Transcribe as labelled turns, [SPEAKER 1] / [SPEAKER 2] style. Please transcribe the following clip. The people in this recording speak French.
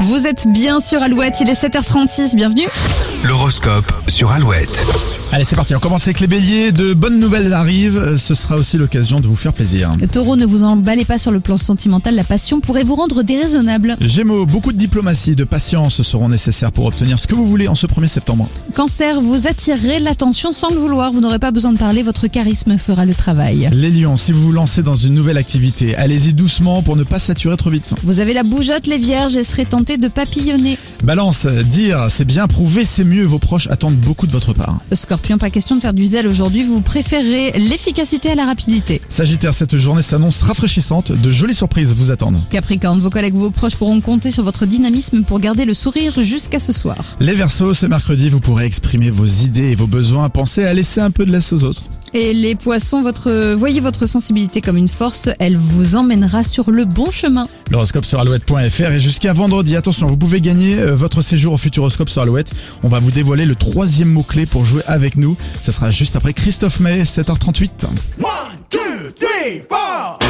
[SPEAKER 1] Vous êtes bien sur Alouette, il est 7h36, bienvenue.
[SPEAKER 2] L'horoscope sur Alouette.
[SPEAKER 3] Allez, c'est parti. On commence avec les béliers. De bonnes nouvelles arrivent. Ce sera aussi l'occasion de vous faire plaisir.
[SPEAKER 1] Taureau, ne vous emballez pas sur le plan sentimental, la passion pourrait vous rendre déraisonnable.
[SPEAKER 3] Gémeaux, beaucoup de diplomatie et de patience seront nécessaires pour obtenir ce que vous voulez en ce 1er septembre.
[SPEAKER 1] Cancer, vous attirerez l'attention sans le vouloir, vous n'aurez pas besoin de parler, votre charisme fera le travail.
[SPEAKER 3] Les lions, si vous vous lancez dans une nouvelle activité, allez-y doucement pour ne pas saturer trop vite.
[SPEAKER 1] Vous avez la bougeotte, les vierges, et serez tenté de papillonner.
[SPEAKER 3] Balance, dire c'est bien, prouver c'est mieux. Vos proches attendent beaucoup de votre part.
[SPEAKER 1] Scorpion, pas question de faire du zèle aujourd'hui, vous préférez l'efficacité à la rapidité.
[SPEAKER 3] Sagittaire, cette journée s'annonce rafraîchissante. De jolies surprises vous attendent.
[SPEAKER 1] Capricorne, vos collègues, vos proches pourront compter sur votre dynamisme pour garder le sourire jusqu'à ce soir.
[SPEAKER 3] Les Verseaux, ce mercredi, vous pourrez exprimer vos idées et vos besoins. Pensez à laisser un peu de laisse aux autres.
[SPEAKER 1] Et les poissons, votre, voyez votre sensibilité comme une force, elle vous emmènera sur le bon chemin.
[SPEAKER 3] L'horoscope sur alouette.fr et jusqu'à vendredi, attention, vous pouvez gagner euh, votre séjour au Futuroscope sur Alouette. On va vous dévoiler le troisième mot-clé pour jouer avec nous. Ça sera juste après Christophe May, 7h38.
[SPEAKER 4] One, two, three, four.